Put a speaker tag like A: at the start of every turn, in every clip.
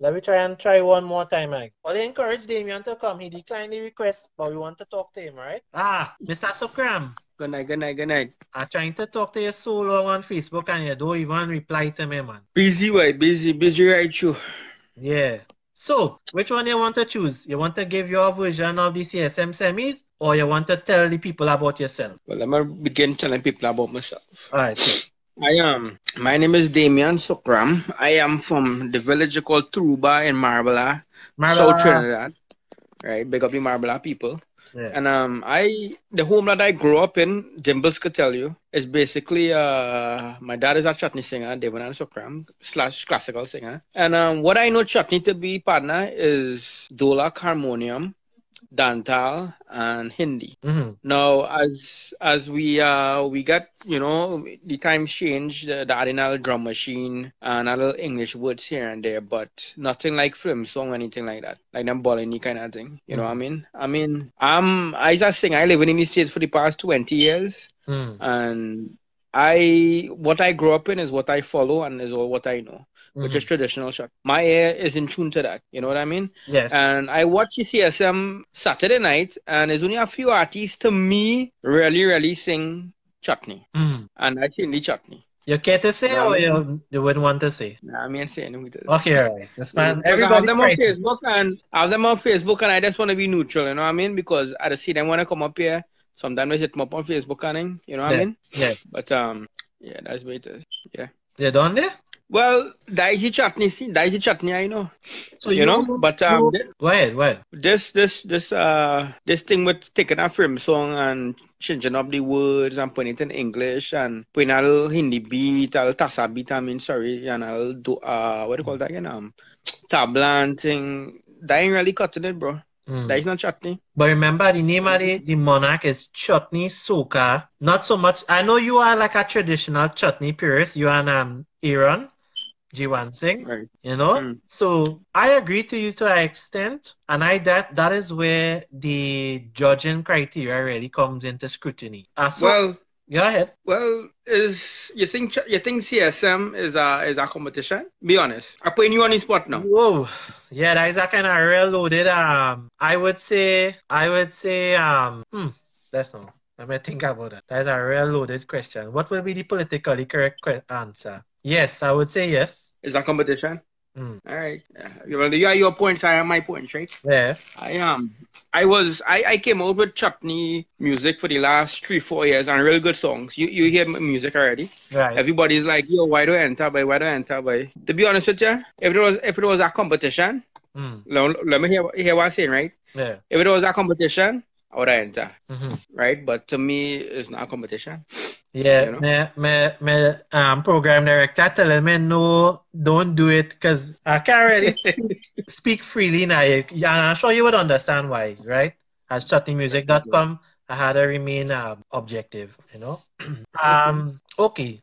A: Let me try and try one more time, Mike. Well, they encouraged Damien to come. He declined the request, but we want to talk to him, right? Ah, Mr. Sukram,
B: Good night, good night, good night.
A: I'm trying to talk to you so long on Facebook and you don't even reply to me, man.
B: Busy, boy, busy, busy right you.
A: Yeah. So, which one you want to choose? You want to give your version of the CSM semis or you want to tell the people about yourself?
B: Well, I'm gonna begin telling people about myself.
A: All right. So,
B: I am. My name is Damian Sukram. I am from the village called Truba in ah. Marbella,
A: Marla-
B: South Trinidad. Right, big up the Marbella people.
A: Yeah.
B: And um, I the home that I grew up in, Dimbels could tell you, is basically uh, my dad is a chutney singer, Devon and Sokram slash classical singer. And um, what I know chutney to be partner is Dolak harmonium, Dantal, and Hindi.
A: Mhm.
B: Now, as as we uh we got you know the times changed, uh, the adding a little drum machine and a little English words here and there, but nothing like film song or anything like that, like them Bolini kind of thing. You know what I mean? I mean, I'm I just saying I live in the states for the past twenty years,
A: Mm.
B: and I what I grew up in is what I follow and is all what I know, which
A: Mhm.
B: is traditional shot. My ear is in tune to that. You know what I mean?
A: Yes.
B: And I watch CSM Saturday night, and there's only a few artists to me really, really sing chutney,
A: Mm.
B: and I sing the chutney.
A: You care to say
B: Well,
A: or you, you wouldn't want to say?
B: Nah, I mean, saying with it.
A: Okay, all right. This man,
B: I have
A: everybody.
B: them on
A: cried.
B: Facebook and I have them on Facebook, and I just want to be neutral. You know what I mean? Because I just see them want to come up here. Sometimes they hit me up on Facebook and then, you know what I
A: Yeah.
B: mean?
A: Yeah.
B: But um, yeah, that's what it is.
A: You done there?
B: Well, that is the chutney. See, that is the chutney. I know.
A: So
B: you, know, but um,
A: you- go ahead, go ahead.
B: this this this uh this thing with taking a film song and changing up the words and putting it in English and putting a little Hindi beat, a little tasa beat, I mean sorry, and a little do, uh what do you call that again? Um tablan thing. That ain't really cutting it, bro.
A: Mm.
B: That is not chutney.
A: But remember, the name of the, the monarch is Chutney Soka. Not so much. I know you are like a traditional chutney purist. You and um, Aaron, Jiwan Singh,
B: Right.
A: you know?
B: Mm.
A: So I agree to you to an extent. And I that that is where the judging criteria really comes into scrutiny. Uh, so,
B: Well
A: go ahead.
B: well is you think ch- you think CSM is a is a competition? Be honest. I'm putting you on the spot now.
A: Whoa. Yeah, that is a kind of real loaded. Um, I would say, I would say, um, hmm, that's not. Let me think about that. That is a real loaded question. What will be the politically correct que- answer? Yes, I would say yes.
B: Is a competition?
A: Mm.
B: All right. Yeah. Well, you are your points, I have my points, right?
A: Yeah.
B: I um I was I, I came out with chutney music for the last three four years and real good songs. You you hear m- music already.
A: Right.
B: Everybody's like, yo, why do I enter by why do I enter by? To be honest with you, if it was if it was a competition,
A: Mm.
B: let, let me hear hear what I'm saying, right?
A: Yeah.
B: If it was a competition, I would enter,
A: hmm
B: right? But to me, it's not a competition.
A: Yeah.
B: You know?
A: Me, me, me, um, program director telling me no, don't do it because I can't really speak, speak freely now. Yeah, I'm sure you would understand why, right? At shuttingmusic.com, I had to remain um, objective, you know? Um, okay.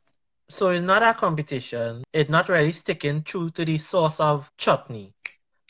A: So it's not a competition. It's not really sticking true to the source of chutney.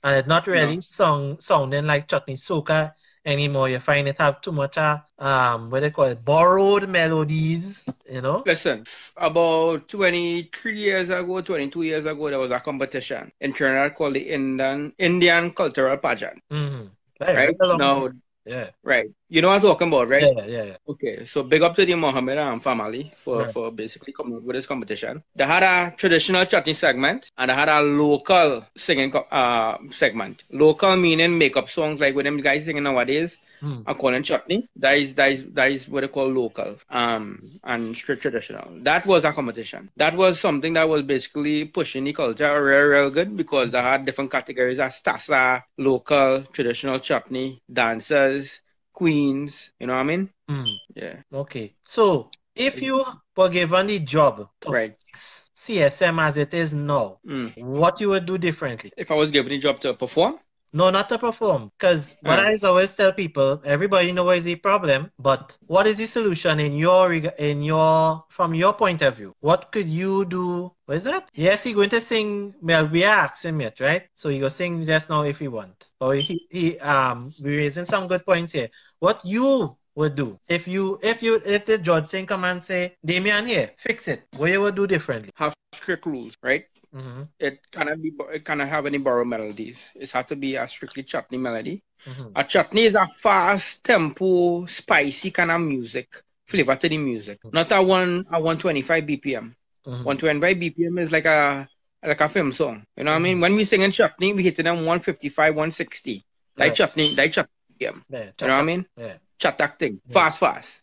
A: And it's not really song, sounding like chutney soca anymore. You find it have too much, uh, um, what they call it, borrowed melodies, you know?
B: Listen, about 23 years ago, 22 years ago, there was a competition in Trinidad called the Indian Indian Cultural Pageant,
A: Mm-hmm.
B: right? Now,
A: Yeah,
B: Right. You know what I'm talking about, right?
A: yeah, yeah, yeah.
B: Okay. So big up to the Mohammed um, family for,
A: Right.
B: for basically coming up with this competition. They had a traditional chutney segment and they had a local singing co- uh, segment. Local meaning makeup songs like what them guys singing nowadays
A: Mm.
B: are calling chutney. That is that is that is what they call local um and straight traditional. That was a competition. That was something that was basically pushing the culture real real good because they had different categories as tasa, local, traditional chutney, dancers, queens. You know what I mean?
A: Mm.
B: Yeah.
A: Okay. So if you were given the job to
B: Right.
A: fix CSM as it is now,
B: Mm.
A: what you would do differently?
B: If I was given a job to perform,
A: No, not to perform. Because what
B: Right.
A: I always tell people, everybody knows is the problem, but what is the solution in your reg- in your from your point of view? What could you do? What is that? Yes, he going to sing. Well, we are asking it, right? So you go sing just now if you want. Or he, he um we raising some good points here. What you would do if you if you if the judge sing come and say Damien here fix it, what you would do differently?
B: have strict rules, right?
A: Mm-hmm.
B: It cannot be. It cannot have any borrowed melodies. It has to be a strictly chutney melody.
A: Mm-hmm.
B: A chutney is a fast tempo, spicy kind of music flavor to the music. Not a one a one twenty five BPM.
A: Mm-hmm.
B: One twenty five BPM is like a like a film song. You know what I
A: Mm-hmm.
B: mean? When we sing in chutney, we hitting them one fifty five, one sixty.
A: Right.
B: That chutney, that chutney.
A: Yeah,
B: You know what I mean?
A: yeah.
B: Chatak thing.
A: Yeah.
B: Fast, fast.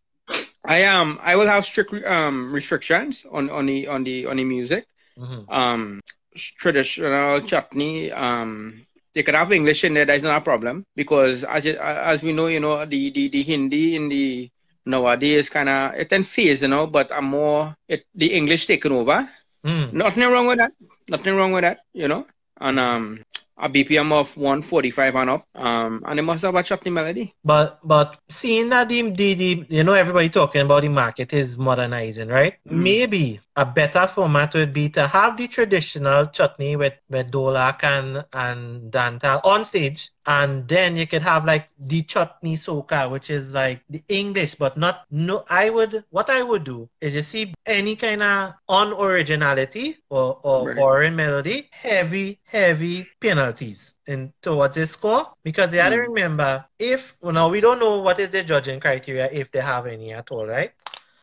B: I um I will have strict um restrictions on on the on the on the music.
A: Mm-hmm.
B: Um traditional chutney um they could have English in there. That's not a problem because as it, as we know, you know the the, the Hindi in the nowadays kind of it in phase, you know, but a more it the English taken over.
A: Mm-hmm.
B: Nothing wrong with that. Nothing wrong with that, you know. And um a BPM of 145 and up. Um and it must have a chutney melody.
A: But but seeing that the, the, the you know everybody talking about the market is modernizing, right?
B: Mm.
A: Maybe a better format would be to have the traditional chutney with with dolak and and dantal on stage, and then you could have like the chutney soca, which is like the English, but not no. I would what I would do is you see any kind of unoriginality or or
B: Right.
A: boring melody, heavy heavy penalties in towards the score because you had to
B: Mm.
A: remember if well, now we don't know what is the judging criteria if they have any at all, right?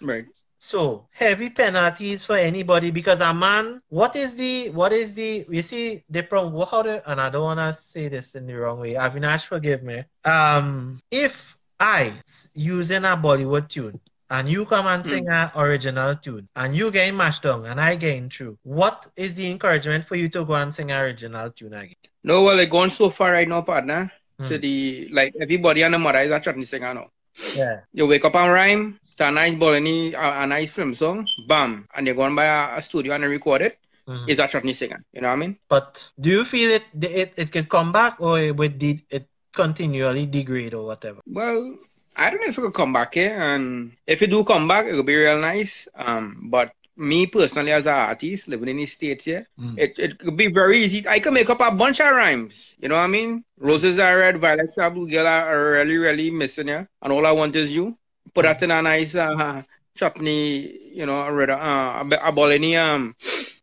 B: Right.
A: So heavy penalties for anybody because a man, what is the what is the you see the problem what- how the, and I don't wanna say this in the wrong way. Avinash forgive me. Um if I s- using a Bollywood tune and you come and sing a original tune and you getting mashed down and I getting through, what is the encouragement for you to go and sing an original tune again?
B: No, well, it gone so far right now, partner. To
A: Mm.
B: the like everybody and the mother is a chutney singer now.
A: Yeah.
B: You wake up and rhyme to a nice bolony, a, a nice film song, bam, and you go and buy a, a studio and record it.
A: Mhm.
B: It's a chutney singer. You know what I mean?
A: But do you feel it it, it could come back or it would de- it continually degrade or whatever?
B: Well, I don't know if it could come back here, and if it do come back, it will be real nice. Um, but me personally, as an artist living in the states here,
A: Mm.
B: it it could be very easy. I could make up a bunch of rhymes. You know what I mean? Roses are red, violets are blue. Girl, are really, really missing you. And all I want is you. Put that in a nice uh, chutney, you know, a red, uh, a, a bologna um,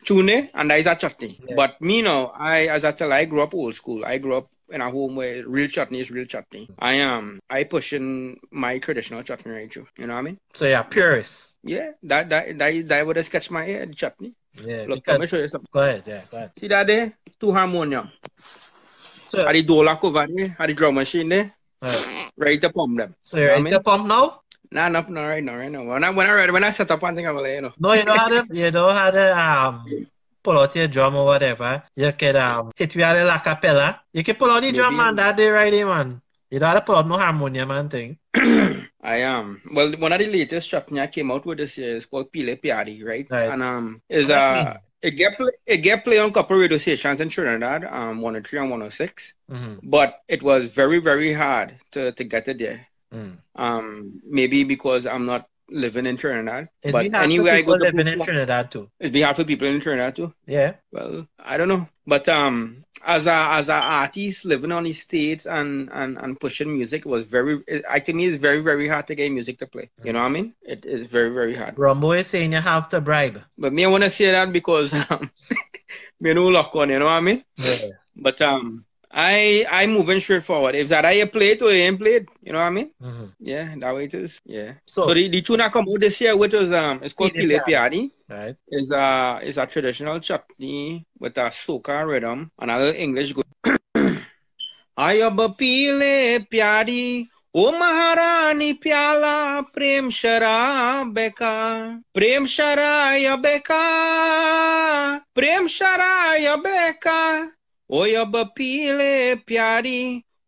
B: tune, and that is a chutney.
A: Yeah.
B: But me now, I as I tell, I grew up old school. I grew up in a home where real chutney is real chutney. I am. I pushing my traditional chutney right through. You know what I mean?
A: So yeah, purists.
B: Yeah, that that that that would just catch my ear. The chutney.
A: Yeah,
B: Look, let me
A: because
B: show you something.
A: go ahead, yeah, go ahead.
B: See that there? Two harmonium.
A: So,
B: Had the dolak over there, had the drum machine there,
A: alright.
B: ready to pump them.
A: so you're
B: Know what I
A: ready to
B: mean?
A: pump now?
B: Nah, no, no, right now, right now. When I when I read, when I set up one thing, I'm like, you know.
A: No, you don't have to. You don't have to um pull out your drum or whatever. You could um hit with a la cappella. You can pull out the drum
B: Maybe.
A: man that day right there, man. You don't have to pull out no harmonium and thing.
B: I am. Well, one of the latest chutney I came out with this year is called Pile Piari, right?
A: Right.
B: And um is
A: What that
B: uh it get play, it get play on couple radio stations in Trinidad, um 103 and 106.
A: Mm-hmm.
B: But it was very, very hard to, to get it there.
A: Mm.
B: Um maybe because I'm not living in Trinidad.
A: It's
B: but
A: been hard for
B: anywhere I
A: people
B: go to
A: living in
B: Brooklyn-
A: Trinidad too.
B: it's been hard for people in Trinidad too.
A: Yeah.
B: Well, I don't know, but um, as a as a artist living on the states and and and pushing music was very. It, I to me, it's very very hard to get music to play. You know what I mean? It is very very hard.
A: Rombo is saying you have to bribe.
B: But me, I want to say that because um, me no luck on. You know what I mean?
A: Yeah.
B: But um, I I moving straight forward. If that I you play it or you ain't played, you know what I mean?
A: Mm-hmm.
B: Yeah, that way it is. Yeah.
A: So,
B: So the, the tune I come out this year, which was um, it's called
A: Pile
B: Pile
A: Piani.
B: Piani.
A: right.
B: is a is a traditional chutney with a soca rhythm and a little English go. आय बपीले प्यारी ओ महारानी प्याला प्रेम शराब बेका प्रेम शराय बेका प्रेम शराय बेका ओय बपीले प्यारी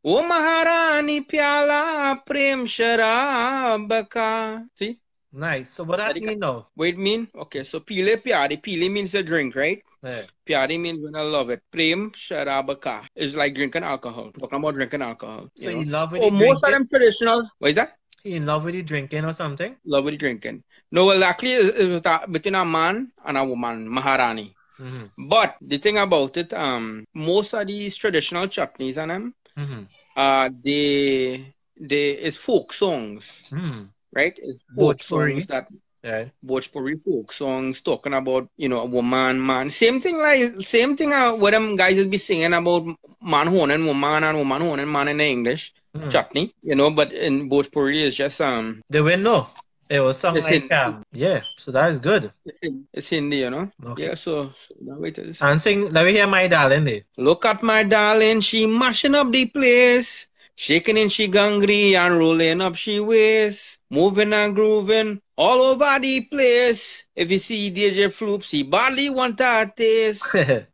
B: ओ महारानी प्याला प्रेम शराब का See?
A: Nice. So what that
B: Very
A: mean now?
B: Wait, mean? Okay, so pile piari. Pile means a drink, right?
A: Yeah.
B: Piari means when I love it. Prem sharabaka is like drinking alcohol. Talking about drinking alcohol.
A: So
B: you
A: you
B: know?
A: love with
B: Oh,
A: the
B: most of
A: drinking?
B: them traditional. What is that?
A: You in love with the drinking or something?
B: Love with drinking. No, well, actually, it's, it's with a- between a man and a woman, Maharani.
A: Mm-hmm.
B: But the thing about it, um, most of these traditional chutneys and them,
A: Mm-hmm.
B: uh, they, they, it's folk songs,
A: Mm-hmm.
B: right? It's folk songs
A: Bhojpuri.
B: that,
A: Right.
B: Bhojpuri folk songs talking about you know a woman, man. Same thing like same thing. Uh, what them guys will be singing about man honing woman and woman honing man in the English
A: Hmm.
B: chutney, you know. But in Bhojpuri, it's just um,
A: They will know. It was something
B: It's
A: like
B: in-
A: um, yeah. So that is good.
B: it's Hindi, you know.
A: Okay. Uh.
B: Yeah, so, so that way it is.
A: And sing. Let me hear my darling. There.
B: Look at my darling, she mashing up the place. Shaking and she gangry and rolling up she waist. Moving and grooving all over the place. If you see DJ Floops, he badly want that taste.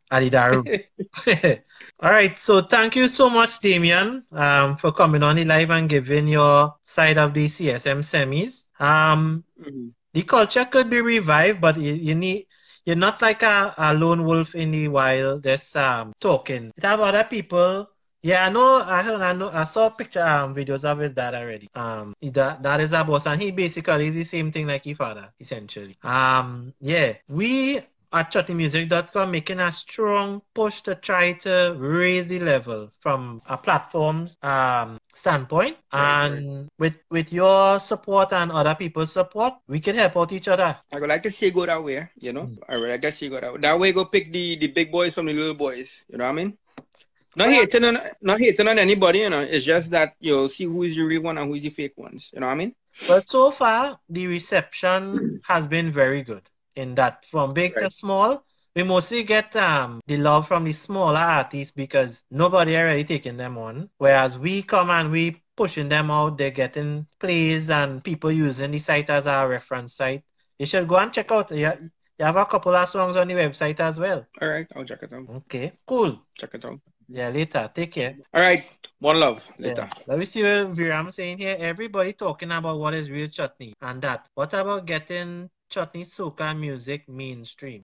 A: Ali Daru. All right. So thank you so much, Damien, um, for coming on the live and giving your side of the CSM semis. Um,
B: Mhm.
A: the culture could be revived, but you, you need you're not like a, a lone wolf in the wild. That's um talking. It have other people. Yeah, I know. I heard, I know. I saw picture um videos of his dad already. Um, he- that that is our boss, and he basically is the same thing like his father, essentially. Um, yeah, we at chutneymusic.com making a strong push to try to raise the level from a platform's um, standpoint
B: Right,
A: and with with your support and other people's support we can help out each other
B: I would like to see go that way, you know. I would like to see go that way. That way, go pick the, the big boys from the little boys. You know what I mean? Not hating on not hating on anybody, you know. It's just that you'll see who is the real one and who is the fake ones. You know what I mean?
A: but so far the reception has been very good in that from big to
B: Right.
A: small we mostly get um, the love from the smaller artists because nobody already taking them on whereas we come and we pushing them out they're getting plays and people using the site as our reference site you should go and check out you ha- you have a couple of songs on the website as well
B: All right, I'll check it out.
A: okay cool
B: Check it out.
A: yeah later take care
B: All right, one love. Later.
A: Yeah. Let me see what Viram saying here. Everybody talking about what is real chutney and that. What about getting chutney soca music mainstream?